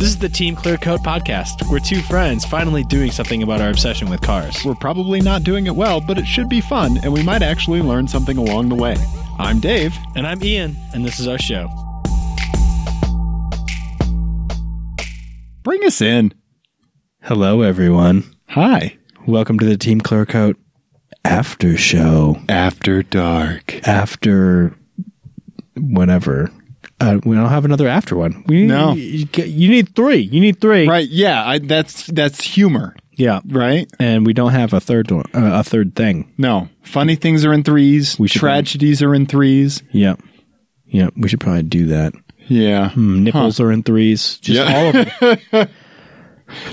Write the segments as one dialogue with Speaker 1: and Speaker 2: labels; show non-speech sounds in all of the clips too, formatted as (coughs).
Speaker 1: is the Team Clear Coat podcast. We're two friends finally doing something about our obsession with cars.
Speaker 2: We're probably not doing it well, but it should be fun, and we might actually learn something along the way. I'm Dave.
Speaker 1: And I'm Ian, and this is our show.
Speaker 2: Bring us in.
Speaker 1: Hello, everyone.
Speaker 2: Hi.
Speaker 1: Welcome to the Team Clear Coat after show.
Speaker 2: After dark.
Speaker 1: After whenever. Uh, we don't have another after one. We
Speaker 2: No.
Speaker 1: You, you need three. You need three.
Speaker 2: Right. Yeah. I, that's that's humor.
Speaker 1: Yeah.
Speaker 2: Right.
Speaker 1: And we don't have a third one, uh, a third thing.
Speaker 2: No. Funny things are in threes.
Speaker 1: should-
Speaker 2: Tragedies are in threes.
Speaker 1: Yeah. Yeah. We should probably do that.
Speaker 2: Yeah.
Speaker 1: Nipples are in threes. Just
Speaker 2: Yeah.
Speaker 1: all of (laughs) them.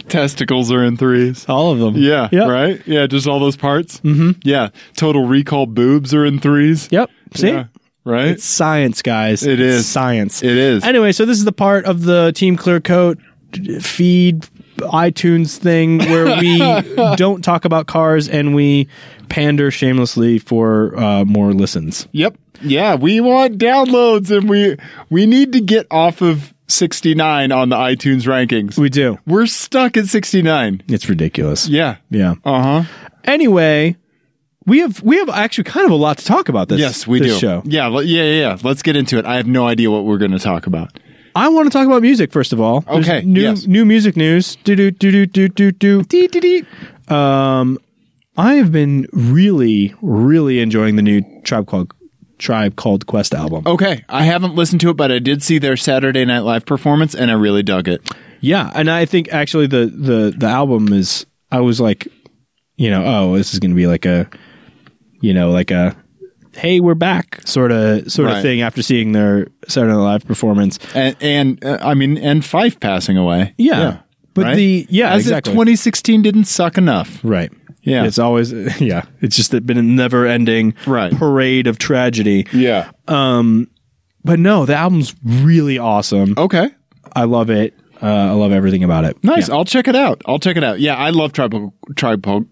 Speaker 2: Testicles are in threes.
Speaker 1: All of them.
Speaker 2: Yeah.
Speaker 1: Yep.
Speaker 2: Right. Yeah. Just all those parts. Mm-hmm. Yeah. Total Recall boobs are in threes.
Speaker 1: Yep. See?
Speaker 2: Yeah, right.
Speaker 1: It's science, guys.
Speaker 2: It
Speaker 1: It's
Speaker 2: is.
Speaker 1: science.
Speaker 2: It is.
Speaker 1: Anyway, so this is the part of the Team Clear Coat feed iTunes thing where
Speaker 2: (laughs)
Speaker 1: we don't talk about cars and we pander shamelessly for uh, more listens.
Speaker 2: Yep. Yeah, we want downloads and we we need to get off of 69 on the iTunes rankings.
Speaker 1: We do.
Speaker 2: We're stuck at 69.
Speaker 1: It's ridiculous.
Speaker 2: Yeah.
Speaker 1: Yeah.
Speaker 2: Uh-huh.
Speaker 1: Anyway, we have we have actually kind of a lot to talk about this.
Speaker 2: Yes, we
Speaker 1: this
Speaker 2: do.
Speaker 1: Show.
Speaker 2: Yeah, le- yeah, yeah, yeah. Let's get into it. I have no idea what we're going to talk about.
Speaker 1: I want to talk about music first of all. There's
Speaker 2: Okay,
Speaker 1: New
Speaker 2: yes.
Speaker 1: new music news. Do do do do do do do. Um, I have been really really enjoying the new Tribe Called Tribe Called Quest album.
Speaker 2: Okay, I haven't listened to it, but I did see their Saturday Night Live performance and I really dug it.
Speaker 1: Yeah, and I think actually the the the album is I was like, you know, oh, this is going to be like a, you know, like a. Hey, we're back, sort of, sort
Speaker 2: Right.
Speaker 1: of thing. After seeing their Saturday Night Live performance,
Speaker 2: And, and uh, I mean, and Fife passing away.
Speaker 1: yeah, but
Speaker 2: Right?
Speaker 1: the yeah,
Speaker 2: As
Speaker 1: exactly.
Speaker 2: if 2016 didn't suck enough.
Speaker 1: Right.
Speaker 2: Yeah.
Speaker 1: It's always (laughs) yeah. It's just been a never ending
Speaker 2: Right.
Speaker 1: parade of tragedy.
Speaker 2: Yeah.
Speaker 1: But no, the album's really awesome.
Speaker 2: Okay.
Speaker 1: I love it. Uh, I love everything about it.
Speaker 2: Nice. I'll check it out. I'll check it out. Yeah, I love tribal tribal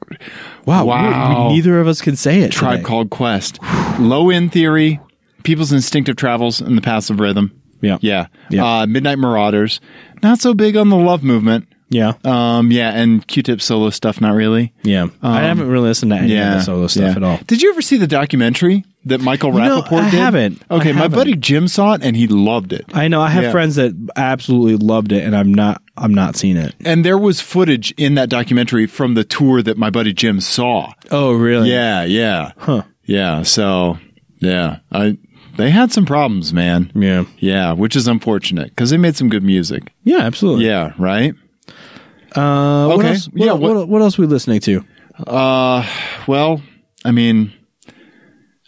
Speaker 1: Wow.
Speaker 2: Wow.
Speaker 1: weird. We- neither of us can say it.
Speaker 2: tribe
Speaker 1: today.
Speaker 2: called Quest. Low end theory, people's instinctive travels and the passive rhythm.
Speaker 1: Yeah.
Speaker 2: Yeah.
Speaker 1: Yeah.
Speaker 2: Uh, Midnight Marauders. Not so big on the love movement.
Speaker 1: Yeah.
Speaker 2: Um, yeah, and Q-tip solo stuff, not really.
Speaker 1: yeah. I haven't really listened to any of
Speaker 2: Um, Yeah,
Speaker 1: the solo stuff
Speaker 2: yeah.
Speaker 1: at all.
Speaker 2: Did you ever see the documentary that Michael
Speaker 1: know,
Speaker 2: Rappaport
Speaker 1: I
Speaker 2: did?
Speaker 1: haven't. I
Speaker 2: Okay, my
Speaker 1: haven't.
Speaker 2: buddy Jim saw it and he loved it.
Speaker 1: I know I have
Speaker 2: Yeah.
Speaker 1: friends that absolutely loved it, and I'm not. I'm not seeing it.
Speaker 2: and there was footage in that documentary from the tour that my buddy Jim saw.
Speaker 1: Oh, really?
Speaker 2: Yeah, yeah.
Speaker 1: Huh.
Speaker 2: Yeah, so yeah, I they had some problems, man.
Speaker 1: Yeah.
Speaker 2: Yeah, which is unfortunate because they made some good music.
Speaker 1: Yeah. Absolutely.
Speaker 2: Yeah, right.
Speaker 1: Uh, What
Speaker 2: Okay.
Speaker 1: else, what,
Speaker 2: Yeah,
Speaker 1: What,
Speaker 2: what-
Speaker 1: what, else we listening to?
Speaker 2: Uh, Well, I mean,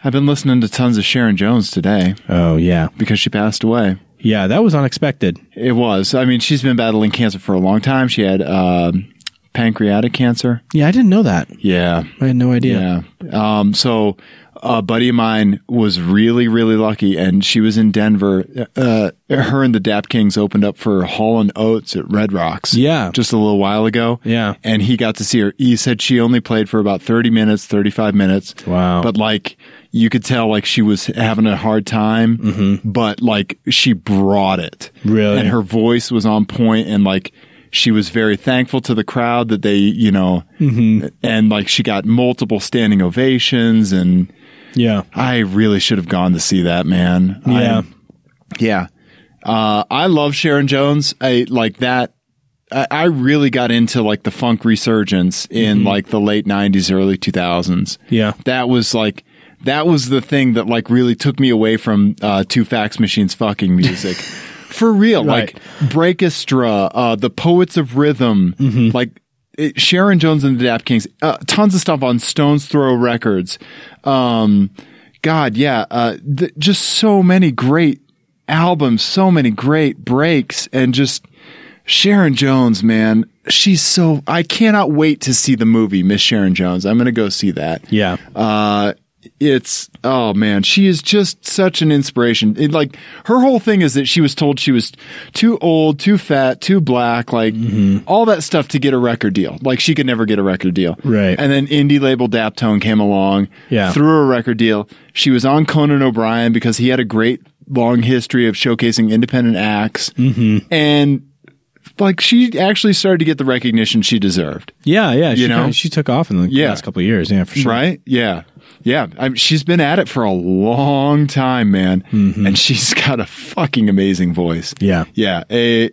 Speaker 2: I've been listening to tons of Sharon Jones today
Speaker 1: Oh, yeah.
Speaker 2: because she passed away.
Speaker 1: Yeah. That was unexpected.
Speaker 2: It was. I mean, she's been battling cancer for a long time. She had um pancreatic cancer.
Speaker 1: Yeah, I didn't know that.
Speaker 2: Yeah,
Speaker 1: I had no idea.
Speaker 2: Yeah. Um, so a buddy of mine was really, really lucky, and she was in Denver. Uh, her and the Dap Kings opened up for Hall and Oates at Red Rocks.
Speaker 1: Yeah.
Speaker 2: Just a little while ago.
Speaker 1: Yeah.
Speaker 2: And he got to see her. He said she only played for about 30 minutes, 35 minutes.
Speaker 1: Wow.
Speaker 2: But like, you could tell like she was having a hard time, but like she brought it.
Speaker 1: Mm-hmm. Really?
Speaker 2: And her voice was on point and like, she was very thankful to the crowd that they, you know,
Speaker 1: Mm-hmm.
Speaker 2: and like she got multiple standing ovations and
Speaker 1: Yeah.
Speaker 2: I really should have gone to see that, man. I-
Speaker 1: Yeah.
Speaker 2: yeah. Uh, I love Sharon Jones. I like that. I, I really got into like the funk resurgence in like the late nineties, early two thousands.
Speaker 1: Mm-hmm. Yeah.
Speaker 2: That was like, that was the thing that like really took me away from, uh, two fax machines
Speaker 1: (laughs)
Speaker 2: fucking music. For real,
Speaker 1: Right.
Speaker 2: like Breakestra, uh, the Poets of Rhythm,
Speaker 1: Mm-hmm.
Speaker 2: like it, Sharon Jones and the Dap Kings, uh, tons of stuff on Stones Throw Records. Um, God, yeah, uh, th- just so many great albums, so many great breaks, and just Sharon Jones, man, she's so. I cannot wait to see the movie Miss Sharon Jones. I'm gonna go see that.
Speaker 1: Yeah.
Speaker 2: Uh, it's oh man, she is just such an inspiration. It, like her whole thing is that she was told she was too old, too fat, too black, like
Speaker 1: Mm-hmm.
Speaker 2: all that stuff to get a record deal. Like she could never get a record deal,
Speaker 1: Right.
Speaker 2: And then indie label Daptone came along,
Speaker 1: Yeah.
Speaker 2: threw her a record deal. She was on Conan O'Brien because
Speaker 1: Mm-hmm.
Speaker 2: he had a great long history of showcasing independent acts, and like she actually started to get the recognition she deserved.
Speaker 1: Yeah, yeah. She,
Speaker 2: You know?
Speaker 1: kinda- she took off in the
Speaker 2: Yeah.
Speaker 1: last couple of years. Yeah, for sure.
Speaker 2: Right? Yeah. Yeah. I mean, she's been at it for a long time, man. And (laughs) she's got a fucking amazing voice.
Speaker 1: Mm-hmm. Yeah.
Speaker 2: Yeah. A,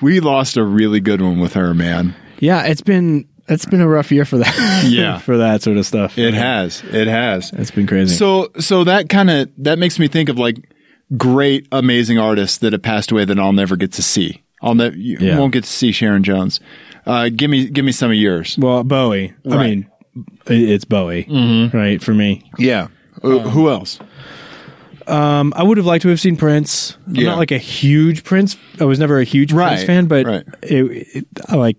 Speaker 2: we lost a really good one with her, man.
Speaker 1: Yeah, it's been it's been a rough year for that. (laughs)
Speaker 2: Yeah.
Speaker 1: for that sort of stuff.
Speaker 2: It has. It has.
Speaker 1: It's been crazy.
Speaker 2: So, so that kind of, that makes me think of like great, amazing artists that have passed away that I'll never get to see. I'll never, you
Speaker 1: Yeah.
Speaker 2: won't get to see Sharon Jones. Uh, give me, give me some of yours.
Speaker 1: well, Bowie. I
Speaker 2: Right. Mm-hmm.
Speaker 1: mean, i- it's Bowie, right? For me,
Speaker 2: Yeah. Who- Uh, who else?
Speaker 1: um, I would have liked to have seen Prince. I'm
Speaker 2: Yeah.
Speaker 1: not like a huge Prince. I was never a huge Prince
Speaker 2: Right,
Speaker 1: fan, but
Speaker 2: right.
Speaker 1: it, it, I like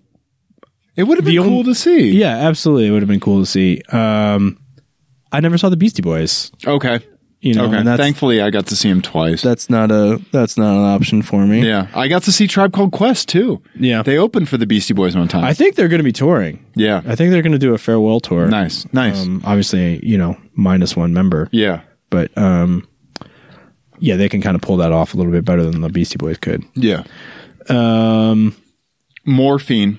Speaker 2: It would have been
Speaker 1: The
Speaker 2: cool
Speaker 1: only-
Speaker 2: to see.
Speaker 1: Yeah, absolutely. It would have been cool to see. Um, I never saw the Beastie Boys.
Speaker 2: Okay.
Speaker 1: You know,
Speaker 2: okay.
Speaker 1: and that's
Speaker 2: Thankfully, I got to see him twice.
Speaker 1: that's not a that's not an option for me.
Speaker 2: yeah, I got to see Tribe Called Quest too.
Speaker 1: Yeah.
Speaker 2: they opened for the Beastie Boys one time.
Speaker 1: I think they're going to be touring.
Speaker 2: yeah,
Speaker 1: I think they're going to do a farewell tour.
Speaker 2: nice, nice.
Speaker 1: Um, obviously, you know, minus one member,
Speaker 2: yeah,
Speaker 1: but um, yeah, they can kind of pull that off a little bit better than the Beastie Boys could.
Speaker 2: yeah.
Speaker 1: Um,
Speaker 2: Morphine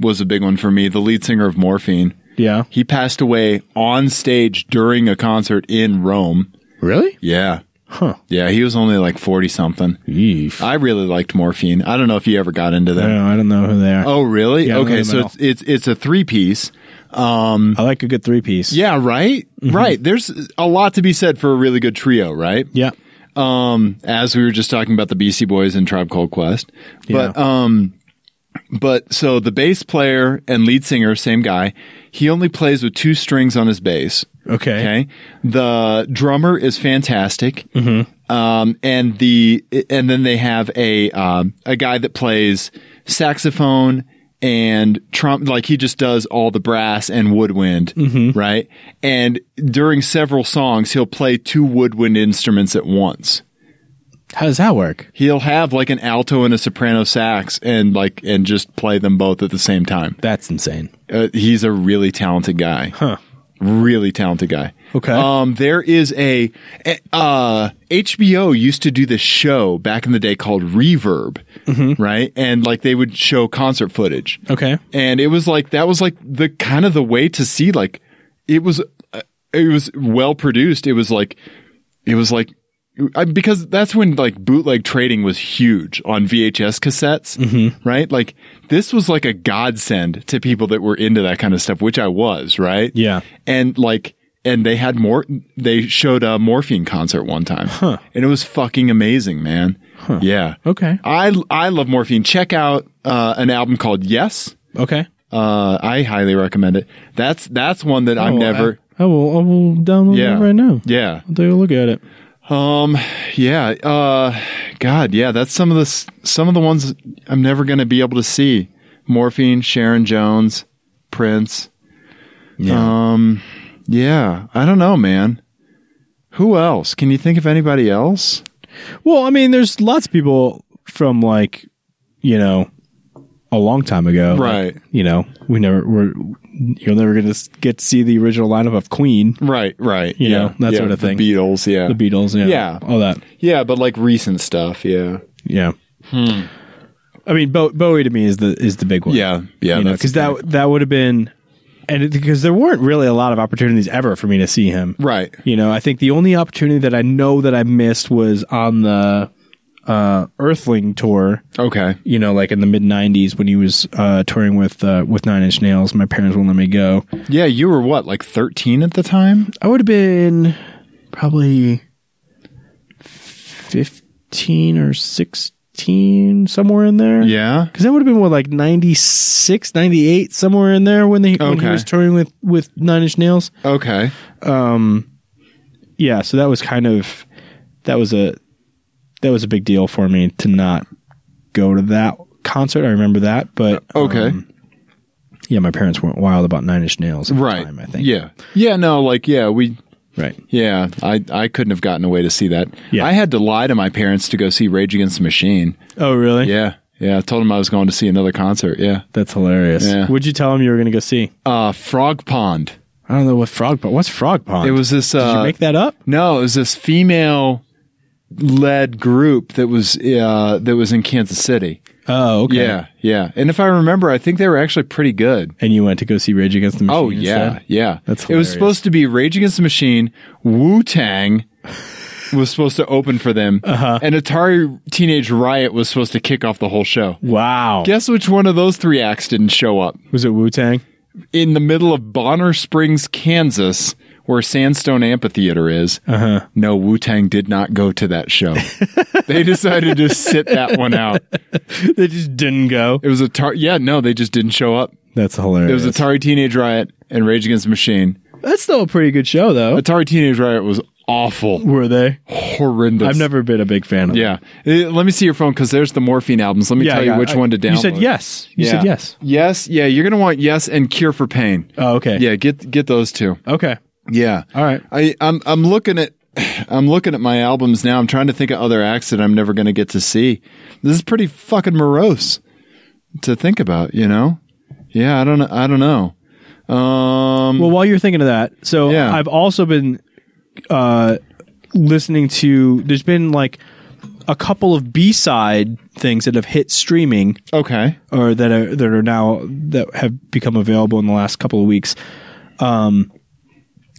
Speaker 2: was a big one for me. The lead singer of Morphine,
Speaker 1: yeah,
Speaker 2: he passed away on stage during a concert in Rome.
Speaker 1: really?
Speaker 2: Yeah,
Speaker 1: Huh.
Speaker 2: yeah. He was only like forty something.
Speaker 1: Yeesh. I,
Speaker 2: I really liked Morphine. I don't know if you ever got into
Speaker 1: don't
Speaker 2: that.
Speaker 1: know, I don't know who they are.
Speaker 2: Oh, really?
Speaker 1: Yeah, I don't know
Speaker 2: okay,
Speaker 1: them
Speaker 2: so
Speaker 1: at
Speaker 2: it's, it's it's a three piece.
Speaker 1: I like a good three piece.
Speaker 2: Um, Yeah, right?
Speaker 1: Mm-hmm.
Speaker 2: Right. There's a lot to be said for a really good trio, right?
Speaker 1: yeah,
Speaker 2: Um, as we were just talking about the BC Boys and Tribe Called Quest. But um but so the bass player and lead singer, same guy, he only plays with two strings on his bass.
Speaker 1: Okay.
Speaker 2: Okay. The drummer is fantastic. Mm-hmm. Um, and the and then they have a um, a guy that plays saxophone and trump like he just does all the brass and woodwind right and during several songs he'll play two woodwind instruments at once
Speaker 1: How does that work?
Speaker 2: he'll have like an alto and a soprano sax and like and just play them both at the same time
Speaker 1: That's insane.
Speaker 2: uh, he's a really talented guy
Speaker 1: Huh.
Speaker 2: really talented guy.
Speaker 1: Okay.
Speaker 2: Um, there is a uh, HBO used to do this show back in the day called Reverb, right? And like they would show concert footage,
Speaker 1: Okay.
Speaker 2: and it was like that was like the kind of the way to see like it was uh, it was well produced. It was like it was like. I, because that's when like bootleg trading was huge on VHS cassettes, right? Like this was like a godsend to people that were into that kind of stuff, which I was, right?
Speaker 1: Yeah.
Speaker 2: and like and they had more they showed a morphine concert one time and it was fucking amazing man yeah
Speaker 1: Okay.
Speaker 2: i i love morphine check out uh, an album called yes
Speaker 1: Okay.
Speaker 2: uh, i highly recommend it that's that's one that i've
Speaker 1: Oh,
Speaker 2: never
Speaker 1: I, I will. I will download
Speaker 2: yeah
Speaker 1: it right now.
Speaker 2: yeah
Speaker 1: I'll take a look at it.
Speaker 2: um yeah uh god yeah that's some of the s- some of the ones i'm never gonna be able to see morphine sharon jones prince Um,
Speaker 1: Yeah.
Speaker 2: Yeah, I don't know, man. Who else? Can you think of anybody else?
Speaker 1: well, I mean, there's lots of people from like, you know, a long time ago.
Speaker 2: Right.
Speaker 1: you know, we never we're you're never gonna s- get to see the original lineup of Queen,
Speaker 2: Right, right.
Speaker 1: You know, that sort of
Speaker 2: the
Speaker 1: thing.
Speaker 2: Beatles, yeah.
Speaker 1: the Beatles, yeah,
Speaker 2: Yeah.
Speaker 1: all that,
Speaker 2: yeah, but like recent stuff, yeah.
Speaker 1: yeah. I mean, Bo- Bowie to me is the is the big one,
Speaker 2: Hmm. Yeah, yeah, that's
Speaker 1: because that that would have been, and it, because there weren't really a lot of opportunities ever for me to see him,
Speaker 2: Right.
Speaker 1: You know, I think the only opportunity that I know that I missed was on the uh, Earthling tour.
Speaker 2: Okay.
Speaker 1: you know, like in the mid '90s when he was uh, touring with uh, with Nine Inch Nails. My parents wouldn't let me go.
Speaker 2: Yeah, you were what, like 13 at the time?
Speaker 1: I would have been probably fifteen or sixteen, somewhere in there.
Speaker 2: Yeah.
Speaker 1: because that would have been what like 96, 98, somewhere in there when, they, when he
Speaker 2: Okay.
Speaker 1: was touring with with Nine Inch Nails.
Speaker 2: Okay.
Speaker 1: Yeah, so that was kind of that was a that was a big deal for me to not go to that concert. I remember that, but
Speaker 2: Okay.
Speaker 1: um, yeah, my parents weren't wild about Nine Inch Nails at
Speaker 2: right.
Speaker 1: the time, I think.
Speaker 2: Yeah. Yeah, no, like yeah, we
Speaker 1: Right.
Speaker 2: yeah, I I couldn't have gotten away to see that.
Speaker 1: Yeah.
Speaker 2: I had to lie to my parents to go see Rage Against
Speaker 1: (laughs)
Speaker 2: the Machine.
Speaker 1: Oh, really?
Speaker 2: Yeah. Yeah, I told them I was going to see another concert. Yeah.
Speaker 1: That's hilarious.
Speaker 2: Yeah.
Speaker 1: Would you tell them you were going to go see?
Speaker 2: Uh Frog Pond.
Speaker 1: I don't know what frog pond. What's frog pond?
Speaker 2: It was this uh
Speaker 1: Did you make that up?
Speaker 2: No, it was this female led group that was uh, that was in Kansas City.
Speaker 1: Oh, okay.
Speaker 2: Yeah, yeah. And if I remember, I think they were actually pretty good.
Speaker 1: And you went to go see Rage Against the Machine.
Speaker 2: Oh yeah,
Speaker 1: instead?
Speaker 2: yeah.
Speaker 1: That's
Speaker 2: it was
Speaker 1: hilarious.
Speaker 2: supposed to be Rage Against the Machine. Wu Tang was supposed to open for them,
Speaker 1: Uh-huh.
Speaker 2: and Atari Teenage Riot was supposed to kick off the whole show.
Speaker 1: Wow.
Speaker 2: Guess which one of those three acts didn't show up
Speaker 1: was it Wu Tang?
Speaker 2: in the middle of Bonner Springs, Kansas, where Sandstone Amphitheater is. Uh-huh. No, Wu Tang did not go to
Speaker 1: (laughs)
Speaker 2: that show. they decided to sit that one out.
Speaker 1: (laughs) they just didn't go.
Speaker 2: It was a tar- yeah, no, they just didn't show up.
Speaker 1: That's hilarious.
Speaker 2: It was Atari Teenage Riot and Rage Against the Machine.
Speaker 1: That's still a pretty good show, though.
Speaker 2: Atari Teenage Riot was awful,
Speaker 1: Were they?
Speaker 2: horrendous.
Speaker 1: I've never been a big fan of.
Speaker 2: Yeah, Eh, let me see your phone because there's the Morphine albums. Let me
Speaker 1: Yeah,
Speaker 2: tell
Speaker 1: yeah,
Speaker 2: you which
Speaker 1: I-
Speaker 2: one to download.
Speaker 1: You said yes. You
Speaker 2: Yeah.
Speaker 1: said yes.
Speaker 2: Yes. Yeah, you're gonna want Yes and Cure for Pain.
Speaker 1: Oh, okay.
Speaker 2: Yeah, get get those two.
Speaker 1: Okay.
Speaker 2: Yeah.
Speaker 1: All right.
Speaker 2: I I'm I'm looking at (sighs) I'm looking at my albums now. I'm trying to think of other acts that I'm never going to get to see. This is pretty fucking morose to think about, you know? Yeah, I don't know. I don't know. Um
Speaker 1: Well, while you're thinking of that, so
Speaker 2: Yeah.
Speaker 1: I've also been uh, listening to. There's been like a couple of B side things that have hit streaming,
Speaker 2: okay.
Speaker 1: or that are that are now that have become available in the last couple of weeks. Um,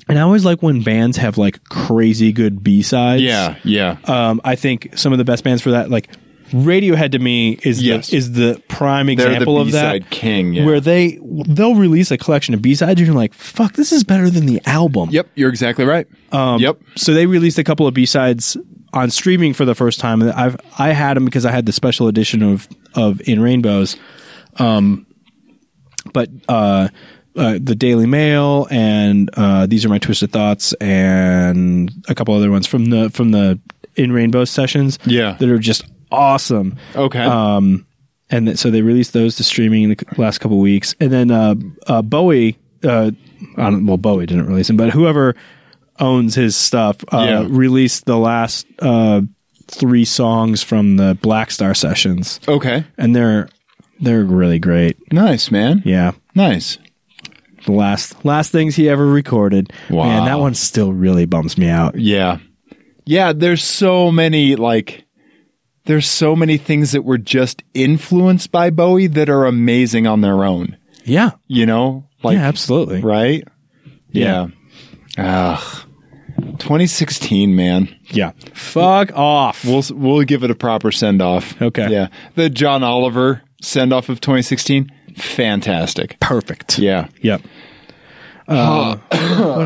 Speaker 1: and I always like when bands have like crazy good B sides.
Speaker 2: Yeah, yeah.
Speaker 1: Um, I think some of the best bands for that, like Radiohead, to me is
Speaker 2: Yes.
Speaker 1: the, is the prime
Speaker 2: They're
Speaker 1: example
Speaker 2: the
Speaker 1: of that.
Speaker 2: B-side king. Yeah.
Speaker 1: Where they they'll release a collection of B sides, and you're like, "Fuck, this is better than the album."
Speaker 2: yep, you're exactly right. Um, yep.
Speaker 1: So they released a couple of B sides on streaming for the first time. and I've I had them because I had the special edition of of In Rainbows, um, but uh, uh, the Daily Mail and uh, these are my twisted thoughts and a couple other ones from the from the In Rainbows sessions.
Speaker 2: Yeah.
Speaker 1: that are just awesome
Speaker 2: Okay.
Speaker 1: uh, and th- so they released those to streaming in the c- last couple weeks. And then uh, uh, Bowie, uh, I don't, well, Bowie didn't release him, but whoever owns his stuff uh,
Speaker 2: Yeah.
Speaker 1: released the last uh, three songs from the Black Star sessions,
Speaker 2: okay.
Speaker 1: and they're they're really great.
Speaker 2: Nice, man.
Speaker 1: Yeah,
Speaker 2: Nice.
Speaker 1: the last last things he ever recorded.
Speaker 2: Wow.
Speaker 1: Man, that one still really bums me out.
Speaker 2: Yeah. Yeah, there's so many like there's so many things that were just influenced by Bowie that are amazing on their own,
Speaker 1: Yeah,
Speaker 2: you know? Like
Speaker 1: yeah, absolutely.
Speaker 2: right? Yeah. Ugh. 2016, man.
Speaker 1: Yeah, fuck off.
Speaker 2: We'll we'll give it a proper send off.
Speaker 1: Okay.
Speaker 2: Yeah. The John Oliver send off of 2016, fantastic.
Speaker 1: Perfect.
Speaker 2: Yeah.
Speaker 1: Yep. Uh, (coughs) what,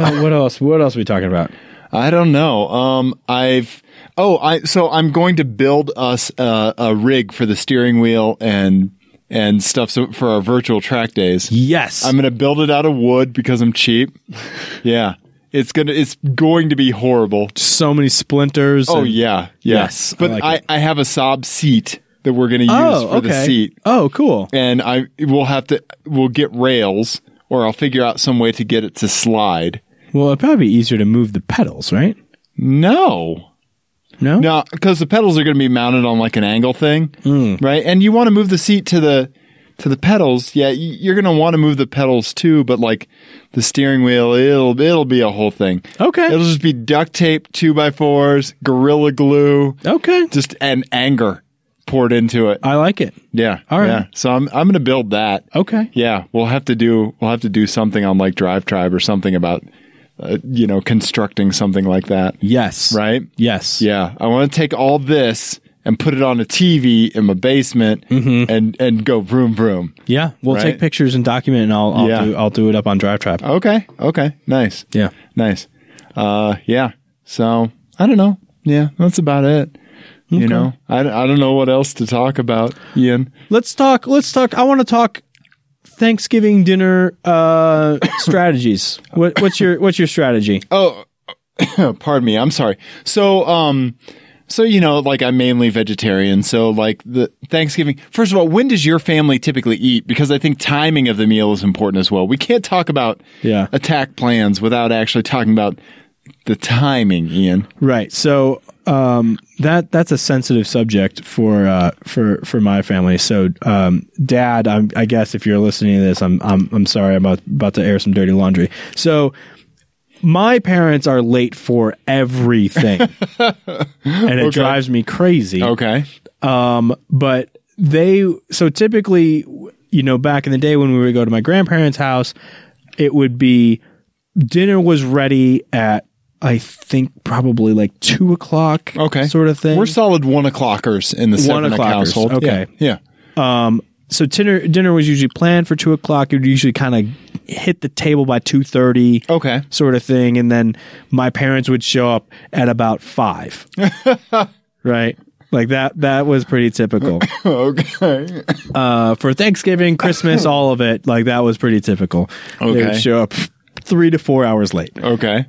Speaker 1: el- what else? What else are we talking about?
Speaker 2: I don't know. Um, I've oh, I so I'm going to build us a, a rig for the steering wheel and and stuff so, for our virtual track days.
Speaker 1: Yes.
Speaker 2: I'm going to build it out of wood because I'm cheap. yeah, it's gonna it's going to be horrible.
Speaker 1: so many splinters.
Speaker 2: Oh
Speaker 1: and-
Speaker 2: yeah, yeah.
Speaker 1: Yes, I
Speaker 2: but I,
Speaker 1: like
Speaker 2: I,
Speaker 1: it.
Speaker 2: have a Saab seat that we're going to use
Speaker 1: Oh,
Speaker 2: for
Speaker 1: okay.
Speaker 2: the seat,
Speaker 1: Oh, cool.
Speaker 2: and I we'll have to we'll get rails or I'll figure out some way to get it to slide.
Speaker 1: Well, it'd probably be easier to move the pedals, right?
Speaker 2: No.
Speaker 1: No.
Speaker 2: No, because the pedals are going to be mounted on like an angle thing,
Speaker 1: Hmm.
Speaker 2: right? And you want to move the seat to the to the pedals. Yeah, y- you're going to want to move the pedals too, but like the steering wheel, it'll it'll be a whole thing.
Speaker 1: Okay.
Speaker 2: it'll just be duct tape, two by fours, gorilla glue,
Speaker 1: Okay.
Speaker 2: just and anger poured into it.
Speaker 1: I like it.
Speaker 2: yeah,
Speaker 1: all right.
Speaker 2: Yeah. So I'm I'm going to build that.
Speaker 1: Okay.
Speaker 2: Yeah, we'll have to do we'll have to do something on like Drive Tribe or something about uh, you know constructing something like that,
Speaker 1: Yes.
Speaker 2: right?
Speaker 1: Yes.
Speaker 2: Yeah, I want to take all this and put it on a TV in my basement and and go vroom vroom.
Speaker 1: Yeah. We'll
Speaker 2: Right.
Speaker 1: take pictures and document, and I'll I'll,
Speaker 2: Yeah. Oh.
Speaker 1: do, I'll do it up on DriveTrap.
Speaker 2: Okay, okay, nice.
Speaker 1: Yeah.
Speaker 2: nice. Uh, yeah. So I don't know. Yeah, that's about it. You know, I, I don't know what else to talk about, Ian.
Speaker 1: Let's talk. Let's talk. I want to talk Thanksgiving dinner uh, (laughs) strategies. What, what's your What's your strategy?
Speaker 2: Pardon me. I'm sorry. So um, so you know, like I'm mainly vegetarian. So like the Thanksgiving. First of all, when does your family typically eat? Because I think timing of the meal is important as well. We can't talk about
Speaker 1: Yeah.
Speaker 2: attack plans without actually talking about the timing, Ian.
Speaker 1: Right. So um, that that's a sensitive subject for uh, for for my family. So, um, Dad, I'm, I guess if you're listening to this, I'm I'm I'm sorry. I'm about, about to air some dirty laundry. So, my parents are late for everything, and it drives me crazy.
Speaker 2: Okay.
Speaker 1: Um, but they so typically you know back in the day when we would go to my grandparents house it would be dinner was ready at i think probably like two o'clock
Speaker 2: Okay.
Speaker 1: sort of thing
Speaker 2: We're solid one o'clockers in the
Speaker 1: One
Speaker 2: seven
Speaker 1: o'clockers,
Speaker 2: o'clock household.
Speaker 1: okay.
Speaker 2: Yeah.
Speaker 1: so dinner dinner was usually planned for two o'clock it would usually kind of hit the table by 2.30
Speaker 2: yeah. Okay.
Speaker 1: sort of thing and then my parents would show up at about
Speaker 2: (laughs)
Speaker 1: five right like that that was pretty typical
Speaker 2: Okay.
Speaker 1: uh, for Thanksgiving,
Speaker 2: (laughs)
Speaker 1: Christmas, all of it. Like that was pretty typical. They would
Speaker 2: Okay.
Speaker 1: show up three to four hours late.
Speaker 2: Okay.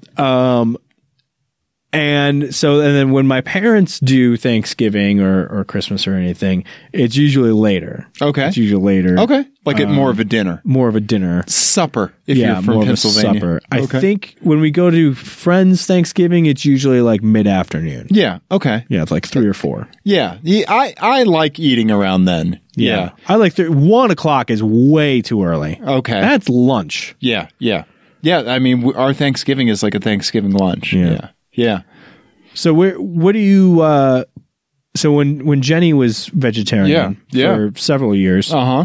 Speaker 1: And so, and then when my parents do Thanksgiving or, or Christmas or anything, it's usually later.
Speaker 2: Okay.
Speaker 1: It's usually later.
Speaker 2: Okay. Like it more of a dinner.
Speaker 1: More of a dinner.
Speaker 2: Supper if
Speaker 1: yeah,
Speaker 2: you're from
Speaker 1: more
Speaker 2: Pennsylvania.
Speaker 1: of a supper. I
Speaker 2: Okay.
Speaker 1: think when we go to friends Thanksgiving, it's usually like mid afternoon.
Speaker 2: Yeah. Okay.
Speaker 1: Yeah, it's like three or four.
Speaker 2: Yeah. yeah. I, I like eating around then. Yeah.
Speaker 1: I like three, one o'clock is way too early.
Speaker 2: Okay.
Speaker 1: That's lunch.
Speaker 2: Yeah, yeah, yeah. I mean, w- our Thanksgiving is like a Thanksgiving lunch.
Speaker 1: Yeah.
Speaker 2: Yeah, yeah.
Speaker 1: So where what do you uh so when when Jenny was vegetarian
Speaker 2: Yeah, yeah.
Speaker 1: for several years,
Speaker 2: Uh huh.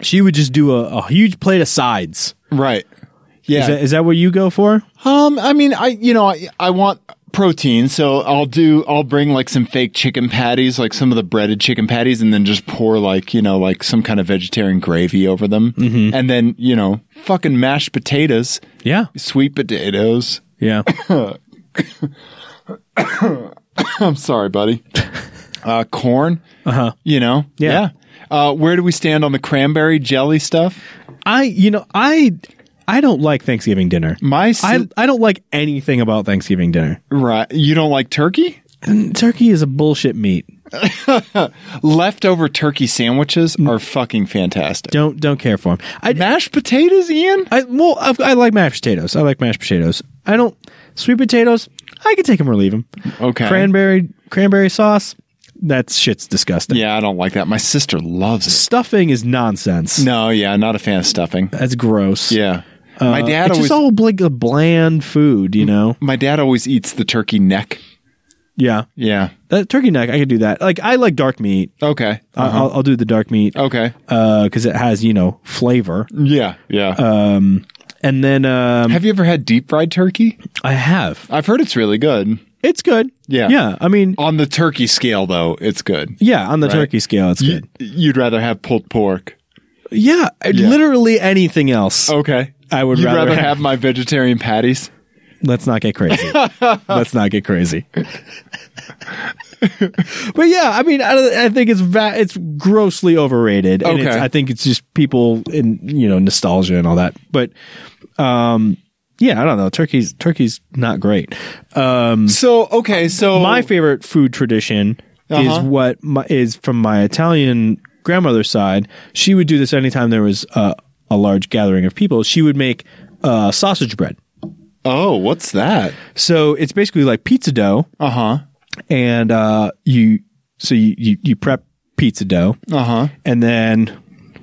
Speaker 1: she would just do a, a huge plate of sides.
Speaker 2: Right.
Speaker 1: Is,
Speaker 2: Yeah.
Speaker 1: that, is that what you go for?
Speaker 2: um. I mean, I you know I I want protein, so I'll do I'll bring like some fake chicken patties, like some of the breaded chicken patties, and then just pour like you know like some kind of vegetarian gravy over them,
Speaker 1: Mm-hmm.
Speaker 2: and then you know fucking mashed potatoes,
Speaker 1: Yeah.
Speaker 2: sweet potatoes.
Speaker 1: Yeah.
Speaker 2: I'm
Speaker 1: (laughs)
Speaker 2: sorry, buddy. Uh, corn. Uh huh. You know.
Speaker 1: Uh-huh. Yeah.
Speaker 2: Uh, where do we stand on the cranberry jelly stuff?
Speaker 1: I you know, I I don't like Thanksgiving dinner.
Speaker 2: My si-
Speaker 1: I I don't like anything about Thanksgiving dinner.
Speaker 2: Right. You don't like turkey?
Speaker 1: Turkey is a bullshit meat.
Speaker 2: Leftover turkey sandwiches are fucking fantastic.
Speaker 1: Mm. Don't don't care for them. I
Speaker 2: Mashed potatoes, Ian?
Speaker 1: I well I've, I like mashed potatoes. I like mashed potatoes. I don't sweet potatoes. I can take them or leave them.
Speaker 2: Okay.
Speaker 1: Cranberry cranberry sauce. That shit's disgusting.
Speaker 2: yeah, I don't like that. My sister loves
Speaker 1: stuffing is nonsense.
Speaker 2: it. No, yeah, not a fan of stuffing.
Speaker 1: That's gross.
Speaker 2: Yeah. my
Speaker 1: Uh, it's
Speaker 2: dad always Mm-hmm.
Speaker 1: just all like a bland food, you know.
Speaker 2: my dad always eats the turkey neck.
Speaker 1: Yeah,
Speaker 2: Yeah.
Speaker 1: that turkey neck, I could do that. Like I like dark meat.
Speaker 2: Okay.
Speaker 1: I- I'll, I'll do the dark meat
Speaker 2: Okay.
Speaker 1: because it has you know flavor.
Speaker 2: Yeah. Yeah.
Speaker 1: uh, And then um,
Speaker 2: have you ever had deep fried turkey?
Speaker 1: I have.
Speaker 2: I've heard it's really good.
Speaker 1: It's good.
Speaker 2: Yeah.
Speaker 1: yeah. I mean,
Speaker 2: On the turkey scale though, it's good.
Speaker 1: yeah. On the turkey scale, it's
Speaker 2: Y-
Speaker 1: good.
Speaker 2: You'd rather have pulled pork.
Speaker 1: Yeah, literally anything else.
Speaker 2: Okay.
Speaker 1: I would
Speaker 2: You'd
Speaker 1: rather
Speaker 2: rather,
Speaker 1: have-
Speaker 2: have my vegetarian patties.
Speaker 1: Let's not get crazy. Let's not get crazy. but yeah, I mean, I, I think it's va- it's grossly overrated, and it's,
Speaker 2: Okay.
Speaker 1: I think it's just people in you know nostalgia and all that. But um, yeah, I don't know. Turkey's turkey's not great. Um,
Speaker 2: So okay, so
Speaker 1: my favorite food tradition is
Speaker 2: Oh. Uh-huh.
Speaker 1: what my, is from my Italian grandmother's side. She would do this anytime there was uh, a large gathering of people. She would make uh, sausage bread.
Speaker 2: Oh, what's that?
Speaker 1: So it's basically like pizza dough,
Speaker 2: Uh huh.
Speaker 1: and uh, you so you, you you prep pizza dough,
Speaker 2: Uh huh.
Speaker 1: and then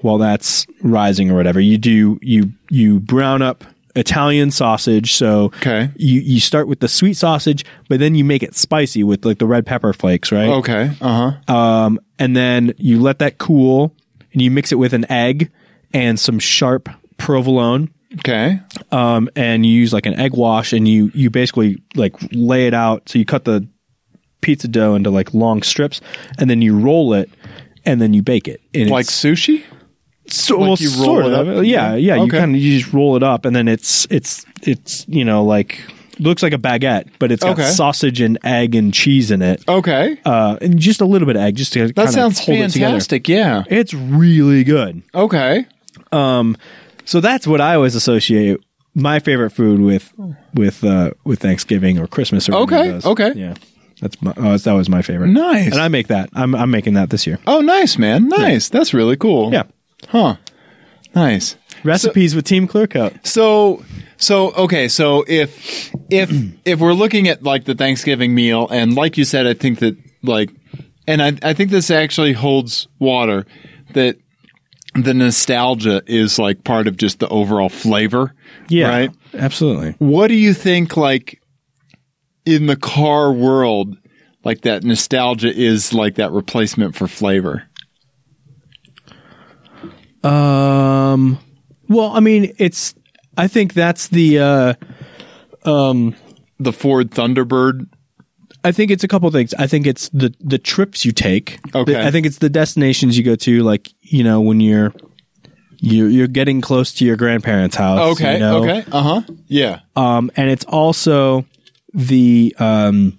Speaker 1: while that's rising or whatever, you do you you brown up Italian sausage. So
Speaker 2: Okay.
Speaker 1: you you start with the sweet sausage, but then you make it spicy with like the red pepper flakes, right?
Speaker 2: Okay. Uh huh.
Speaker 1: Um, and then you let that cool, and you mix it with an egg and some sharp provolone
Speaker 2: Okay.
Speaker 1: um, and you use like an egg wash and you you basically like lay it out so you cut the pizza dough into like long strips and then you roll it and then you bake it and
Speaker 2: Like
Speaker 1: it's,
Speaker 2: sushi?
Speaker 1: so,
Speaker 2: like
Speaker 1: well,
Speaker 2: you roll
Speaker 1: sort
Speaker 2: it
Speaker 1: of.
Speaker 2: up?
Speaker 1: yeah yeah you
Speaker 2: Okay.
Speaker 1: kind of you just roll it up and then it's it's it's you know like looks like a baguette but it's got
Speaker 2: Okay.
Speaker 1: sausage and egg and cheese in it
Speaker 2: Okay.
Speaker 1: uh, and just a little bit of egg just to
Speaker 2: that
Speaker 1: kinda
Speaker 2: sounds
Speaker 1: hold it
Speaker 2: fantastic. Yeah.
Speaker 1: together it's really good
Speaker 2: Okay.
Speaker 1: So that's what I always associate my favorite food with with uh, with Thanksgiving or Christmas or any of
Speaker 2: Okay,
Speaker 1: those.
Speaker 2: okay.
Speaker 1: yeah. That's my oh, that was my favorite.
Speaker 2: Nice.
Speaker 1: and I make that. I'm I'm making that this year.
Speaker 2: Oh, nice, man. Nice. That's really cool.
Speaker 1: Yeah,
Speaker 2: Huh. Nice.
Speaker 1: recipes with Team Clearcoat.
Speaker 2: So so okay, so if if (clears throat) if we're looking at like the Thanksgiving meal and like you said I think that like and I I think this actually holds water that the nostalgia is like part of just the overall flavor.
Speaker 1: Yeah,
Speaker 2: Right?
Speaker 1: Absolutely.
Speaker 2: what do you think like in the car world like that nostalgia is like that replacement for flavor
Speaker 1: Um, well, I mean, it's. I think that's the. Uh,
Speaker 2: The Ford Thunderbird.
Speaker 1: I think it's a couple things. I think it's the the trips you take.
Speaker 2: Okay.
Speaker 1: I think it's the destinations you go to. Like you know when you're you're you're getting close to your grandparents' house.
Speaker 2: Okay.
Speaker 1: you know?
Speaker 2: Okay. Uh huh. Yeah.
Speaker 1: Um, and it's also the um,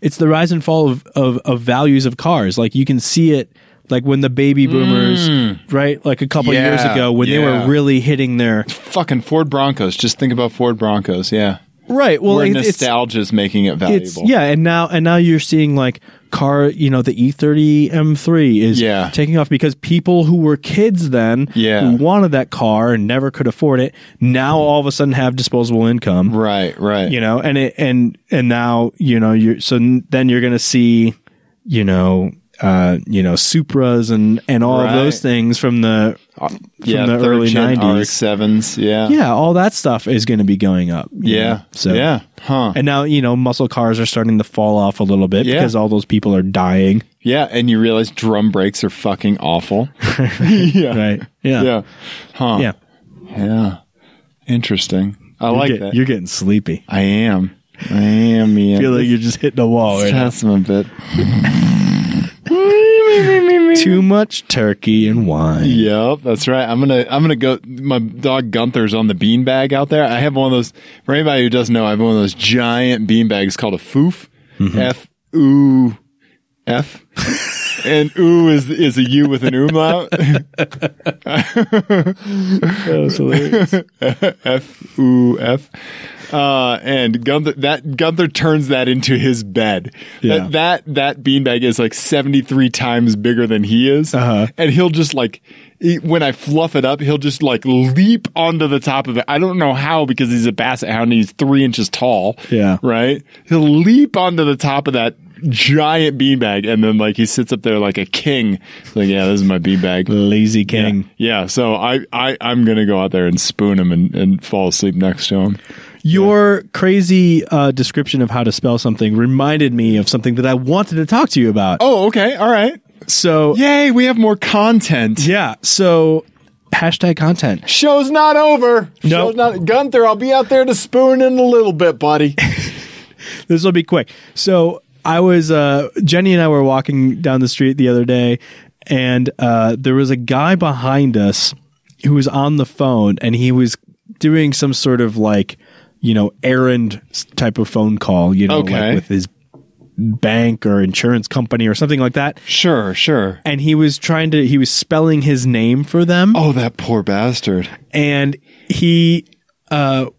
Speaker 1: it's the rise and fall of, of of values of cars. Like you can see it. Like when the baby boomers, right? Like a couple
Speaker 2: Hmm. Yeah,
Speaker 1: years ago, when they
Speaker 2: yeah.
Speaker 1: were really hitting their
Speaker 2: Fucking Ford Broncos. Just think about Ford Broncos. Yeah.
Speaker 1: right. Well,
Speaker 2: Where
Speaker 1: it- it's
Speaker 2: nostalgia is making it valuable.
Speaker 1: it's yeah and now and now you're seeing like car you know the E e30 m3 is
Speaker 2: Yeah.
Speaker 1: taking off because people who were kids then
Speaker 2: Yeah.
Speaker 1: who wanted that car and never could afford it now all of a sudden have disposable income
Speaker 2: Right.
Speaker 1: (laughs)
Speaker 2: Right.
Speaker 1: you know and it and and now you know you're so n- then you're gonna see you know uh you know supras and and all of
Speaker 2: Right.
Speaker 1: those things from the uh, from
Speaker 2: yeah,
Speaker 1: the early 90s
Speaker 2: RX sevens. Yeah.
Speaker 1: yeah all that stuff is gonna be going up you
Speaker 2: Yeah.
Speaker 1: know? so
Speaker 2: yeah. Huh.
Speaker 1: and now, you know, muscle cars are starting to fall off a little bit
Speaker 2: Yeah.
Speaker 1: because all those people are
Speaker 2: (laughs)
Speaker 1: dying.
Speaker 2: yeah. And you realize drum brakes are fucking awful. yeah.
Speaker 1: Right. Yeah.
Speaker 2: Yeah. Huh.
Speaker 1: Yeah.
Speaker 2: Yeah. Interesting. I like
Speaker 1: Get-
Speaker 2: that.
Speaker 1: You're getting sleepy.
Speaker 2: I am. I am. Yeah.
Speaker 1: I (laughs) feel like you're just hitting a wall
Speaker 2: (laughs)
Speaker 1: right now.
Speaker 2: Test them a
Speaker 1: (laughs)
Speaker 2: bit.
Speaker 1: Too much turkey and wine.
Speaker 2: Yep, that's right. I'm gonna I'm gonna go. My dog Gunther's on the beanbag out there. I have one of those. For anybody who doesn't know, I have one of those giant beanbags called a foof. F oo f, and oo is is a u with an umlaut. F ooh F. Uh, and Gunther that Gunther turns that into his bed.
Speaker 1: Yeah.
Speaker 2: That that that beanbag is like seventy three times bigger than he is,
Speaker 1: Uh-huh.
Speaker 2: and he'll just like he- when I fluff it up, he'll just like leap onto the top of it. I don't know how because he's a basset hound and he's three inches tall.
Speaker 1: Yeah.
Speaker 2: right. He'll leap onto the top of that giant beanbag, and then like he sits up there like a king. It's like yeah, this is my beanbag.
Speaker 1: (laughs) Lazy king.
Speaker 2: Yeah, so I, I I'm gonna go out there and spoon him and, and fall asleep next to him.
Speaker 1: Your crazy uh, description of how to spell something reminded me of something that I wanted to talk to you about.
Speaker 2: Oh, okay, all right.
Speaker 1: So,
Speaker 2: Yay, we have more content.
Speaker 1: yeah. So, hashtag content.
Speaker 2: Show's not over.
Speaker 1: Nope.
Speaker 2: Show's not Gunther, I'll be out there to spoon in a little bit, buddy.
Speaker 1: this will be quick. So I was uh, Jenny and I were walking down the street the other day, and uh, there was a guy behind us who was on the phone, and he was doing some sort of like you know errand s- type of phone call, you know,
Speaker 2: Okay.
Speaker 1: like with his bank or insurance company or something like that.
Speaker 2: (laughs) sure, sure.
Speaker 1: And he was trying to he was spelling his name for them
Speaker 2: Oh, that poor bastard.
Speaker 1: and he uh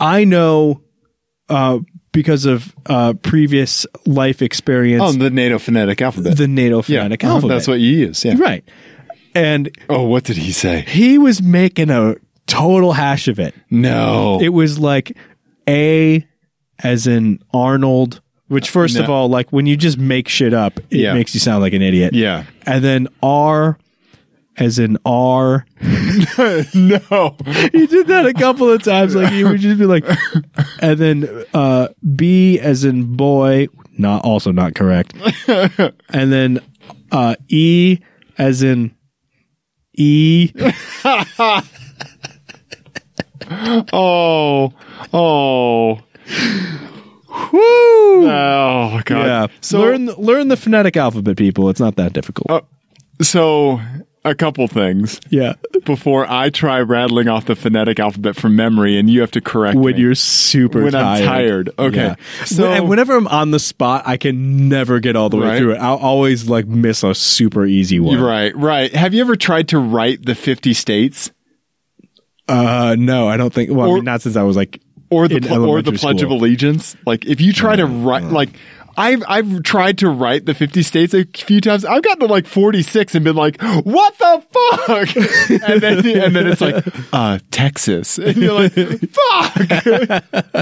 Speaker 1: i know uh because of uh previous life experience
Speaker 2: Oh, the NATO phonetic alphabet.
Speaker 1: the nato phonetic
Speaker 2: oh,
Speaker 1: alphabet
Speaker 2: That's what you use, yeah.
Speaker 1: right and
Speaker 2: Oh, what did he say?
Speaker 1: he was making a total hash of it
Speaker 2: No.
Speaker 1: it was like a as in arnold which first of
Speaker 2: No.
Speaker 1: all like when you just make shit up it
Speaker 2: Yeah.
Speaker 1: makes you sound like an idiot
Speaker 2: (laughs) yeah.
Speaker 1: and then r as in r
Speaker 2: No.
Speaker 1: he did that a couple of times. Like he would just be (laughs) like, and then uh, B as in boy, not also not correct, (laughs) and then uh, E as in E,
Speaker 2: Oh. Oh.
Speaker 1: woo,
Speaker 2: Oh god.
Speaker 1: yeah.
Speaker 2: So
Speaker 1: learn learn the phonetic alphabet, people. It's not that difficult.
Speaker 2: so a couple things.
Speaker 1: yeah,
Speaker 2: before I try rattling off the phonetic alphabet from memory, and you have to correct
Speaker 1: when
Speaker 2: me.
Speaker 1: you're super
Speaker 2: When I'm
Speaker 1: tired.
Speaker 2: tired. Okay. So-
Speaker 1: So and whenever I'm on the spot, I can never get all the way
Speaker 2: Right.
Speaker 1: through it. I'll always like miss a super easy one.
Speaker 2: right, right. Have you ever tried to write the fifty states
Speaker 1: Uh, no, I don't think. Well, I
Speaker 2: Or-
Speaker 1: mean, not since I was like
Speaker 2: or the
Speaker 1: in
Speaker 2: pl- or the
Speaker 1: elementary
Speaker 2: Pledge of
Speaker 1: school.
Speaker 2: Allegiance? Like if you try to write like. I've I've tried to write the 50 states a few times. I've gotten to like 46 and been like, "What the fuck?" (laughs) And then and then it's (laughs) like, "Uh, Texas." And you're like, "Fuck." (laughs)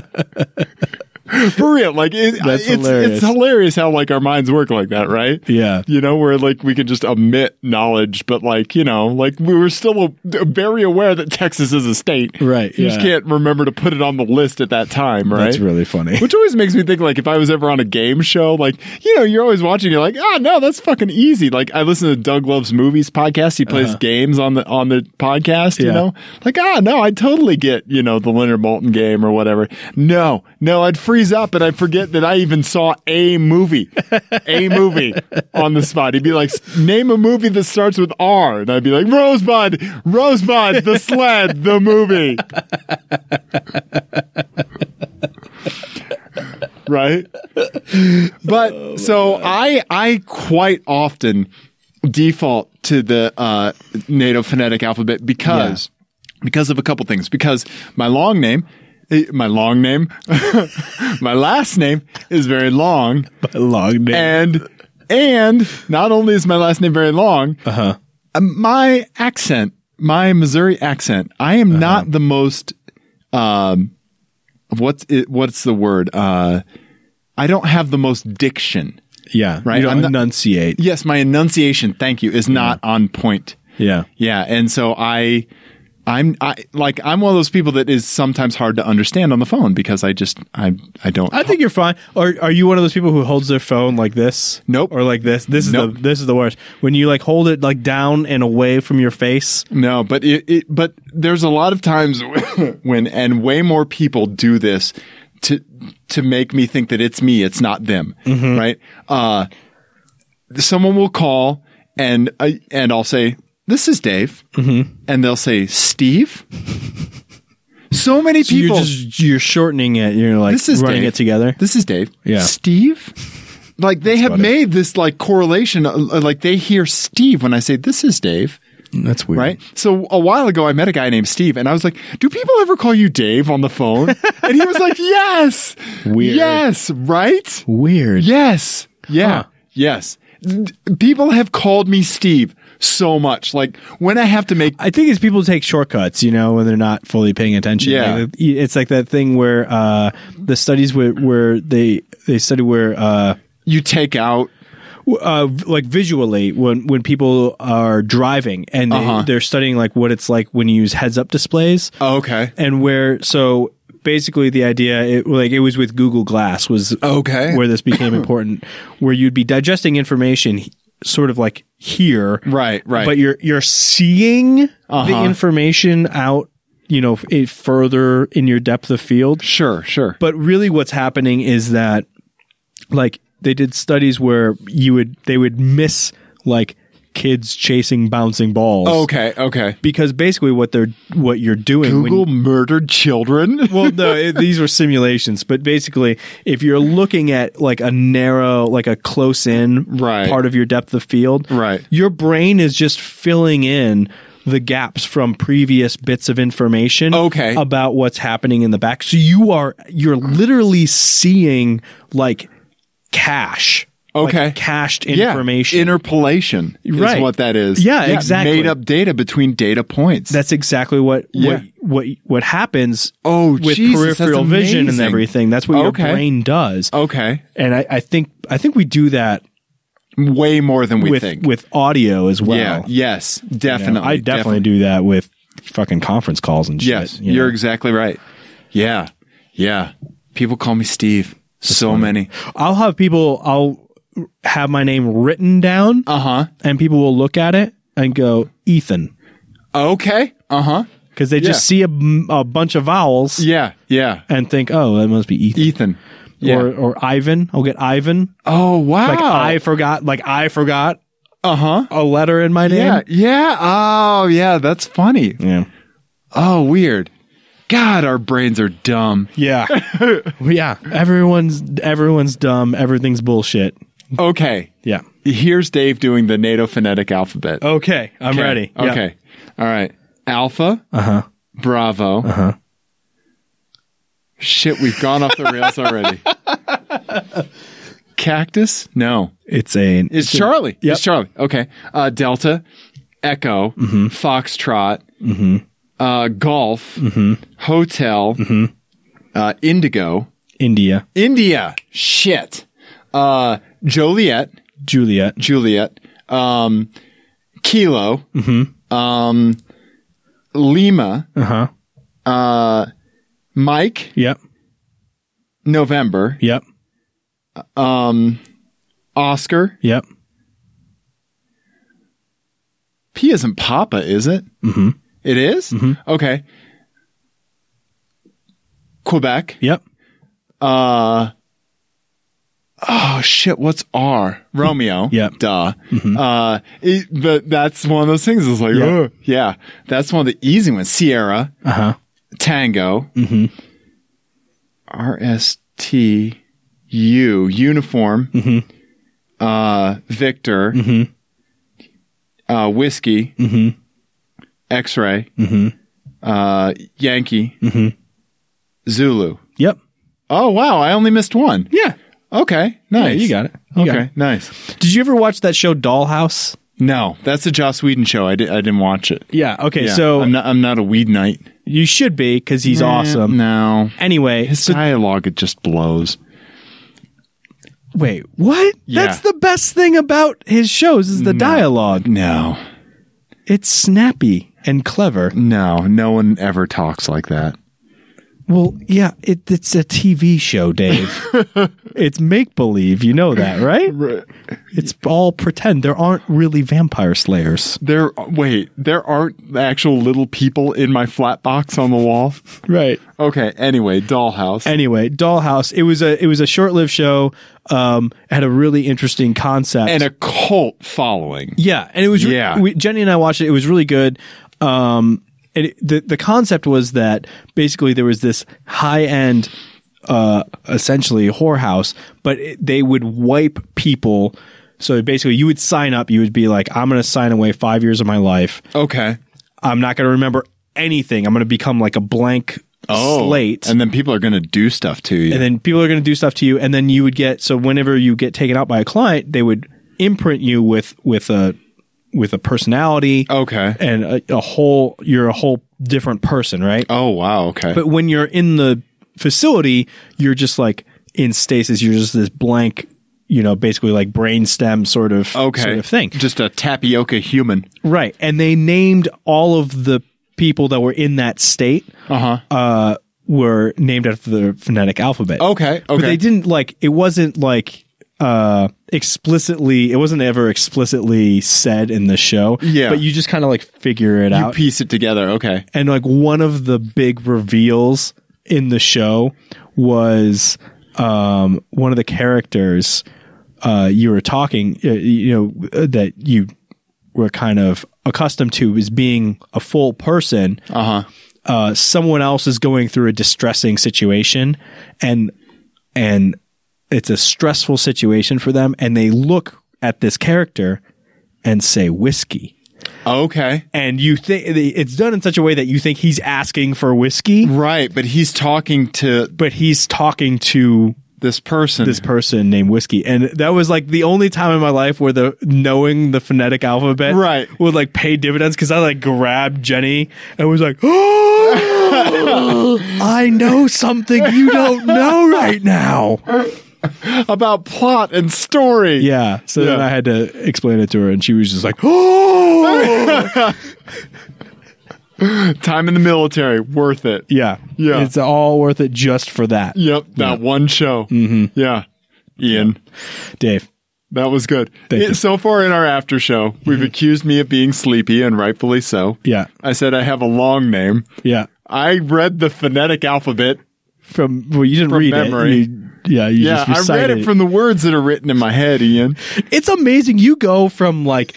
Speaker 2: For real, like it,
Speaker 1: That's
Speaker 2: it's hilarious.
Speaker 1: hilarious.
Speaker 2: it's hilarious how like our minds work like that, right?
Speaker 1: Yeah.
Speaker 2: you know, where like we can just omit knowledge, but like you know, like we were still a, very aware that Texas is a state,
Speaker 1: Right,
Speaker 2: You just
Speaker 1: yeah.
Speaker 2: can't remember to put it on the list at that time, right?
Speaker 1: That's really funny.
Speaker 2: Which always makes me think, like, if I was ever on a game show, like, you know, you're always watching, you're like, ah, no, that's fucking easy. Like, I listen to Doug Loves Movies podcast. He plays games on the on the podcast. You
Speaker 1: Uh-huh. Yeah.
Speaker 2: know, like, ah, no, I totally get, you know, the Leonard Moulton game or whatever. No, no, I'd freeze up and I'd forget that I even saw a movie, a movie on the spot. He'd be like, name a movie that starts with R, and I'd be like, Rosebud, Rosebud, The Sled, the movie. right? (laughs) But so I I quite often default to the uh, native phonetic alphabet because because of a couple things. Because my long name, eh, my long name, (laughs) my last name is very long,
Speaker 1: Long name.
Speaker 2: and and not only is my last name very long,
Speaker 1: uh-huh.
Speaker 2: uh, my accent, my Missouri accent, I
Speaker 1: Uh-huh.
Speaker 2: am not the most um what's it, what's the word? Uh I don't have the most diction.
Speaker 1: Yeah.
Speaker 2: Right,
Speaker 1: You don't
Speaker 2: I'm not-
Speaker 1: enunciate.
Speaker 2: Yes, my enunciation, thank you, is not
Speaker 1: Mm-hmm.
Speaker 2: on point.
Speaker 1: Yeah.
Speaker 2: Yeah, and so I I'm I like I'm one of those people that is sometimes hard to understand on the phone because I just I I don't
Speaker 1: I think you're fine. Or are you one of those people who holds their phone like this?
Speaker 2: Nope.
Speaker 1: Or like this? This is
Speaker 2: Nope.
Speaker 1: the this is the worst. When you like hold it like down and away from your face.
Speaker 2: No, but it, it but there's a lot of times (laughs) when and way more people do this to to make me think that it's me, it's not them,
Speaker 1: Mm-hmm.
Speaker 2: right? Uh, someone will call and I, and I'll say this is Dave,
Speaker 1: Mm-hmm.
Speaker 2: and they'll
Speaker 1: (laughs)
Speaker 2: say Steve. So many
Speaker 1: You're
Speaker 2: people.
Speaker 1: just you're shortening it. You're like
Speaker 2: this is
Speaker 1: running
Speaker 2: Dave.
Speaker 1: it together.
Speaker 2: This is Dave.
Speaker 1: Yeah.
Speaker 2: Steve. Like they have made this like correlation. uh, Like they hear Steve when I say this is Dave
Speaker 1: That's weird.
Speaker 2: right? So a while ago, I met a guy named Steve, and I was like, "Do people ever call you Dave on the phone?" and he was like, "Yes,
Speaker 1: (laughs) Weird.
Speaker 2: yes, right,
Speaker 1: Weird.
Speaker 2: yes, yeah,
Speaker 1: Huh.
Speaker 2: yes." Th- People have called me Steve so much. Like when I have to make
Speaker 1: I think it's people take shortcuts, you know, when they're not fully paying attention.
Speaker 2: Yeah.
Speaker 1: Like, it's like that thing where uh, the studies where, where they they study where uh,
Speaker 2: you take out,
Speaker 1: uh, like visually when when people are driving and they,
Speaker 2: Uh-huh.
Speaker 1: they're studying like what it's like when you use heads up displays
Speaker 2: oh, okay,
Speaker 1: and where so basically the idea it, like it was with Google Glass was
Speaker 2: Okay.
Speaker 1: where this became
Speaker 2: (coughs)
Speaker 1: important where you'd be digesting information he- sort of like here
Speaker 2: Right, right.
Speaker 1: but you're you're seeing
Speaker 2: Uh-huh.
Speaker 1: the information out you know it further in your depth of field
Speaker 2: sure, sure,
Speaker 1: but really what's happening is that like they did studies where you would they would miss like kids chasing bouncing balls
Speaker 2: Oh, okay, okay.
Speaker 1: because basically what they're what you're doing when
Speaker 2: Google murdered
Speaker 1: (laughs)
Speaker 2: children.
Speaker 1: well no it, these were simulations but basically if you're looking at like a narrow like a close in
Speaker 2: Right.
Speaker 1: part of your depth of field
Speaker 2: Right.
Speaker 1: your brain is just filling in the gaps from previous bits of information
Speaker 2: Okay.
Speaker 1: about what's happening in the back so you are you're literally seeing like cash like,
Speaker 2: Okay.
Speaker 1: cached
Speaker 2: Yeah,
Speaker 1: information
Speaker 2: interpolation is
Speaker 1: Right.
Speaker 2: what that is.
Speaker 1: Yeah, exactly.
Speaker 2: Made up data between data points.
Speaker 1: that's exactly what
Speaker 2: Yeah.
Speaker 1: what what what happens
Speaker 2: Oh,
Speaker 1: with
Speaker 2: Jesus, that's
Speaker 1: peripheral vision and
Speaker 2: amazing.
Speaker 1: everything that's what
Speaker 2: Okay.
Speaker 1: your brain does
Speaker 2: okay,
Speaker 1: and I, I think I think we do that
Speaker 2: way more than we
Speaker 1: with
Speaker 2: think.
Speaker 1: with audio as well.
Speaker 2: Yeah. Yes.
Speaker 1: You
Speaker 2: Definitely.
Speaker 1: know, I definitely, do that with fucking conference calls and shit.
Speaker 2: Yes.
Speaker 1: you
Speaker 2: you're
Speaker 1: know.
Speaker 2: exactly right. Yeah. Yeah. People call me Steve. so many.
Speaker 1: I'll have people. I'll have my name written down,
Speaker 2: Uh huh.
Speaker 1: and people will look at it and go Ethan
Speaker 2: Okay. Uh huh.
Speaker 1: because they just see a, m- a bunch of vowels
Speaker 2: Yeah. Yeah.
Speaker 1: and think, oh, that must be Ethan.
Speaker 2: Ethan. Yeah.
Speaker 1: Or, or Ivan, I'll get Ivan.
Speaker 2: oh wow.
Speaker 1: Like I forgot, like I forgot
Speaker 2: Uh huh.
Speaker 1: a letter in my name.
Speaker 2: Yeah. Yeah. Oh yeah. That's funny. (laughs)
Speaker 1: yeah,
Speaker 2: Oh weird. God, our brains are dumb.
Speaker 1: yeah, yeah. Everyone's everyone's dumb. Everything's bullshit.
Speaker 2: Okay.
Speaker 1: Yeah.
Speaker 2: Here's Dave doing the NATO phonetic alphabet.
Speaker 1: Okay, I'm
Speaker 2: Okay.
Speaker 1: ready. Yeah. Uh-huh.
Speaker 2: Okay. All right. Alpha. Uh huh. Bravo. Uh huh. Shit, we've gone off the rails already.
Speaker 1: (laughs)
Speaker 2: Cactus? No.
Speaker 1: It's a
Speaker 2: It's Charlie.
Speaker 1: Yep.
Speaker 2: It's Charlie. Okay. Uh, Delta. Echo.
Speaker 1: Mm-hmm.
Speaker 2: Foxtrot.
Speaker 1: Mm-hmm.
Speaker 2: Uh, golf. Hotel. Uh, Indigo.
Speaker 1: India,
Speaker 2: India. Shit. Uh, Joliet.
Speaker 1: Juliet,
Speaker 2: Juliet. Um, Kilo. Um, Lima.
Speaker 1: uh huh,
Speaker 2: Uh, Mike.
Speaker 1: yep,
Speaker 2: November.
Speaker 1: yep,
Speaker 2: Um, Oscar.
Speaker 1: yep,
Speaker 2: P isn't Papa, is it?
Speaker 1: mm-hmm,
Speaker 2: It is? Okay. Quebec.
Speaker 1: yep,
Speaker 2: Uh, oh shit! What's R? Romeo.
Speaker 1: Yep.
Speaker 2: Duh.
Speaker 1: Mm-hmm.
Speaker 2: Uh, it- but that's one of those things. It's like,
Speaker 1: Yep.
Speaker 2: oh yeah, that's one of the easy ones. Sierra,
Speaker 1: uh huh,
Speaker 2: Tango,
Speaker 1: Mhm.
Speaker 2: R S T U uniform.
Speaker 1: Mhm.
Speaker 2: Uh, Victor.
Speaker 1: Mhm.
Speaker 2: Uh, whiskey.
Speaker 1: Mhm.
Speaker 2: X-ray.
Speaker 1: Mhm.
Speaker 2: Uh, Yankee.
Speaker 1: Mhm.
Speaker 2: Zulu.
Speaker 1: yep,
Speaker 2: Oh wow! I only missed one.
Speaker 1: yeah,
Speaker 2: Okay, nice.
Speaker 1: yeah, you got it. You got
Speaker 2: okay,
Speaker 1: it.
Speaker 2: nice.
Speaker 1: Did you ever watch that show Dollhouse?
Speaker 2: No, that's a Joss Whedon show. I, di- I didn't watch it.
Speaker 1: Yeah. Okay.
Speaker 2: Yeah,
Speaker 1: so
Speaker 2: I'm not, I'm not a weed knight.
Speaker 1: you should be because he's awesome.
Speaker 2: No,
Speaker 1: Anyway,
Speaker 2: his
Speaker 1: so-
Speaker 2: dialogue it just blows.
Speaker 1: wait, what?
Speaker 2: Yeah.
Speaker 1: That's the best thing about his shows is the dialogue.
Speaker 2: No,
Speaker 1: It's snappy and clever.
Speaker 2: no, no one ever talks like that.
Speaker 1: Well, yeah, it, it's a TV show, Dave. it's make believe. You know that, right? It's all pretend. There aren't really vampire slayers,
Speaker 2: There, wait, there aren't actual little people in my flat box on the wall.
Speaker 1: right?
Speaker 2: Okay, anyway, Dollhouse.
Speaker 1: Anyway, Dollhouse. It was a it was a short lived show. Um, had a really interesting concept
Speaker 2: and a cult following.
Speaker 1: Yeah, and it was re-
Speaker 2: Yeah.
Speaker 1: we, Jenny and I watched it. It was really good. Um, and it, the the concept was that basically there was this high end, uh, essentially whorehouse, but it, they would wipe people. So basically, you would sign up. You would be like, "I'm going to sign away five years of my life.
Speaker 2: Okay.
Speaker 1: I'm not going to remember anything. I'm going to become like a blank slate."
Speaker 2: Oh, And then people are going to do stuff to you.
Speaker 1: Oh. and then people are going to do stuff to you and then you would get so whenever you get taken out by a client they would imprint you with with a with a personality
Speaker 2: okay.
Speaker 1: and a, a whole you're a whole different person right
Speaker 2: Oh, wow. Okay.
Speaker 1: but when you're in the facility you're just like in stasis you're just this blank you know basically like brainstem sort of
Speaker 2: okay.
Speaker 1: sort of thing
Speaker 2: Just a tapioca human.
Speaker 1: right and they named all of the people that were in that state
Speaker 2: Uh huh.
Speaker 1: uh were named after the phonetic alphabet
Speaker 2: Oh, okay. Okay.
Speaker 1: but they didn't like it wasn't like uh explicitly it wasn't ever explicitly said in the show
Speaker 2: Yeah.
Speaker 1: but you just kind of like figure it
Speaker 2: you
Speaker 1: out
Speaker 2: piece it together. Okay.
Speaker 1: and like one of the big reveals in the show was um one of the characters uh you were talking uh, you know uh, that you were kind of accustomed to is being a full person
Speaker 2: Uh huh.
Speaker 1: uh, someone else is going through a distressing situation and and it's a stressful situation for them and they look at this character and say whiskey
Speaker 2: Okay.
Speaker 1: and you think it's done in such a way that you think he's asking for whiskey
Speaker 2: Right, but he's talking to
Speaker 1: but he's talking to
Speaker 2: this person.
Speaker 1: this person named whiskey and that was like the only time in my life where the knowing the phonetic alphabet
Speaker 2: Right.
Speaker 1: would like pay dividends because i like grabbed jenny and was like oh i know something you don't know right now
Speaker 2: (laughs) about plot and story.
Speaker 1: yeah so then
Speaker 2: Yeah.
Speaker 1: i had to explain it to her and she was just like
Speaker 2: (laughs)
Speaker 1: oh
Speaker 2: Time in the military, worth it.
Speaker 1: yeah
Speaker 2: Yeah.
Speaker 1: it's all worth it just for that
Speaker 2: Yep, that one show. Mm-hmm. Yeah. Ian,
Speaker 1: dave
Speaker 2: that was good.
Speaker 1: Thank
Speaker 2: It-
Speaker 1: you.
Speaker 2: So far in our after show, we've accused me of being sleepy and rightfully so.
Speaker 1: yeah
Speaker 2: I said I have a long name.
Speaker 1: yeah
Speaker 2: I read the phonetic alphabet.
Speaker 1: from well you didn't read
Speaker 2: memory.
Speaker 1: it you, yeah you
Speaker 2: Yeah,
Speaker 1: just
Speaker 2: I
Speaker 1: recited
Speaker 2: read it from the words that are written in my head, Ian.
Speaker 1: it's amazing you go from like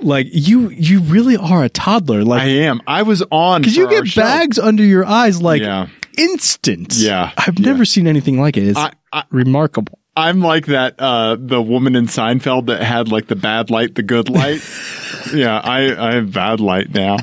Speaker 1: like you you really are a toddler
Speaker 2: I
Speaker 1: like
Speaker 2: am. I was on
Speaker 1: because you
Speaker 2: for our
Speaker 1: get
Speaker 2: show.
Speaker 1: bags under your eyes like
Speaker 2: Yeah.
Speaker 1: instant
Speaker 2: Yeah.
Speaker 1: i've
Speaker 2: Yeah.
Speaker 1: never seen anything like it it's
Speaker 2: I- I-
Speaker 1: remarkable
Speaker 2: I'm like that uh the woman in Seinfeld that had like the bad light, the good (laughs) light. yeah, I I have bad light now.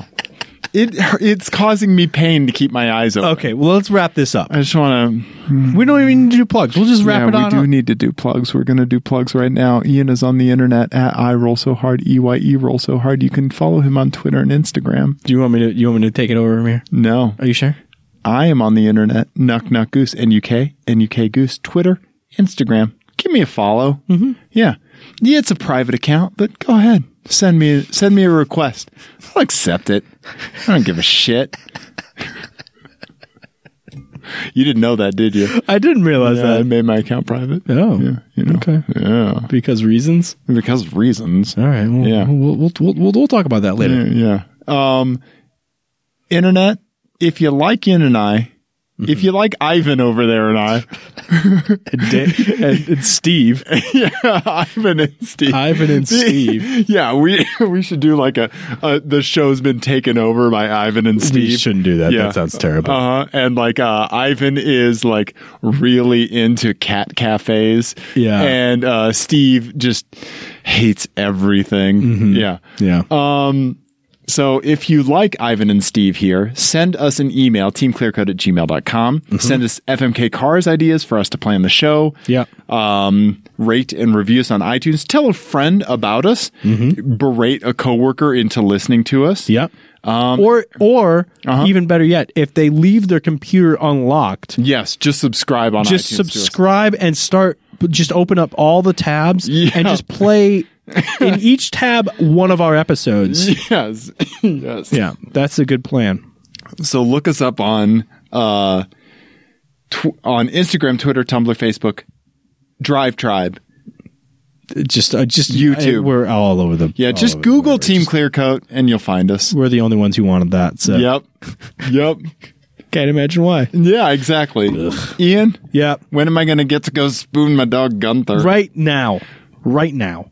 Speaker 2: It it's causing me pain to keep my eyes open.
Speaker 1: okay well let's wrap this up
Speaker 2: I just want to
Speaker 1: we don't even need to do plugs we'll just wrap
Speaker 2: Yeah,
Speaker 1: it
Speaker 2: we
Speaker 1: on
Speaker 2: do
Speaker 1: up.
Speaker 2: need to do plugs. We're going to do plugs right now. Ian is on the internet at I roll so hard, E Y E roll so hard. You can follow him on Twitter and Instagram.
Speaker 1: do you want me to you want me to take it over from here
Speaker 2: No.
Speaker 1: are you sure
Speaker 2: I am on the internet, Knock Knock Goose, NUK, NUK Goose, Twitter, Instagram. Give me a follow. Mm-hmm. Yeah. Yeah, it's a private account, but go ahead. Send me send me a request. I'll accept it. I don't give a shit. you didn't know that, did you?
Speaker 1: I didn't realize
Speaker 2: Yeah, I made my account private.
Speaker 1: Oh,
Speaker 2: Yeah, you know.
Speaker 1: okay.
Speaker 2: Yeah.
Speaker 1: Because reasons.
Speaker 2: Because of reasons.
Speaker 1: All right. Well,
Speaker 2: Yeah.
Speaker 1: We'll, we'll, we'll, we'll, we'll talk about that later.
Speaker 2: Yeah. yeah. Um, internet, if you like Yin and I,
Speaker 1: Mm-hmm.
Speaker 2: if you like Ivan over there and I, (laughs)
Speaker 1: And, Da- and, and Steve.
Speaker 2: yeah, Ivan and Steve.
Speaker 1: Ivan
Speaker 2: (laughs)
Speaker 1: and Steve.
Speaker 2: yeah, we (laughs) we should do like a, a the show's been taken over by Ivan and Steve.
Speaker 1: We shouldn't do that.
Speaker 2: Yeah.
Speaker 1: That sounds terrible.
Speaker 2: Uh-huh. And like uh, Ivan is like really into cat cafes.
Speaker 1: Yeah.
Speaker 2: And uh, Steve just hates everything.
Speaker 1: Mm-hmm.
Speaker 2: Yeah.
Speaker 1: yeah.
Speaker 2: uh, So if you like Ivan and Steve here, send us an email, teamclearcode at gmail.com.
Speaker 1: Mm-hmm.
Speaker 2: Send us FMK Cars ideas for us to play on the show.
Speaker 1: Yeah.
Speaker 2: Um, rate and review us on iTunes. Tell a friend about us.
Speaker 1: Mm-hmm.
Speaker 2: Berate a coworker into listening to us.
Speaker 1: yep.
Speaker 2: um,
Speaker 1: or or
Speaker 2: Uh-huh.
Speaker 1: even better yet, if they leave their computer unlocked,
Speaker 2: Yes, just subscribe on
Speaker 1: just
Speaker 2: iTunes to us.
Speaker 1: subscribe and start just open up all the tabs
Speaker 2: Yeah.
Speaker 1: and just play
Speaker 2: (laughs)
Speaker 1: in each tab one of our episodes.
Speaker 2: Yes. (laughs) yes. (laughs)
Speaker 1: Yeah, that's a good plan.
Speaker 2: So look us up on uh, tw- on Instagram, Twitter, Tumblr, Facebook, Drive Tribe.
Speaker 1: Just uh, just
Speaker 2: YouTube.
Speaker 1: I- we're all over the
Speaker 2: Yeah,
Speaker 1: all
Speaker 2: just
Speaker 1: over Oh, the
Speaker 2: Google
Speaker 1: board.
Speaker 2: Team Clearcoat and you'll find us.
Speaker 1: We're the only ones who wanted that. So (laughs)
Speaker 2: Yep. Yep.
Speaker 1: can't imagine why.
Speaker 2: Yeah, exactly. Ian,
Speaker 1: Yeah.
Speaker 2: when am I going to get to go spoon my dog Gunther?
Speaker 1: Right now. Right now.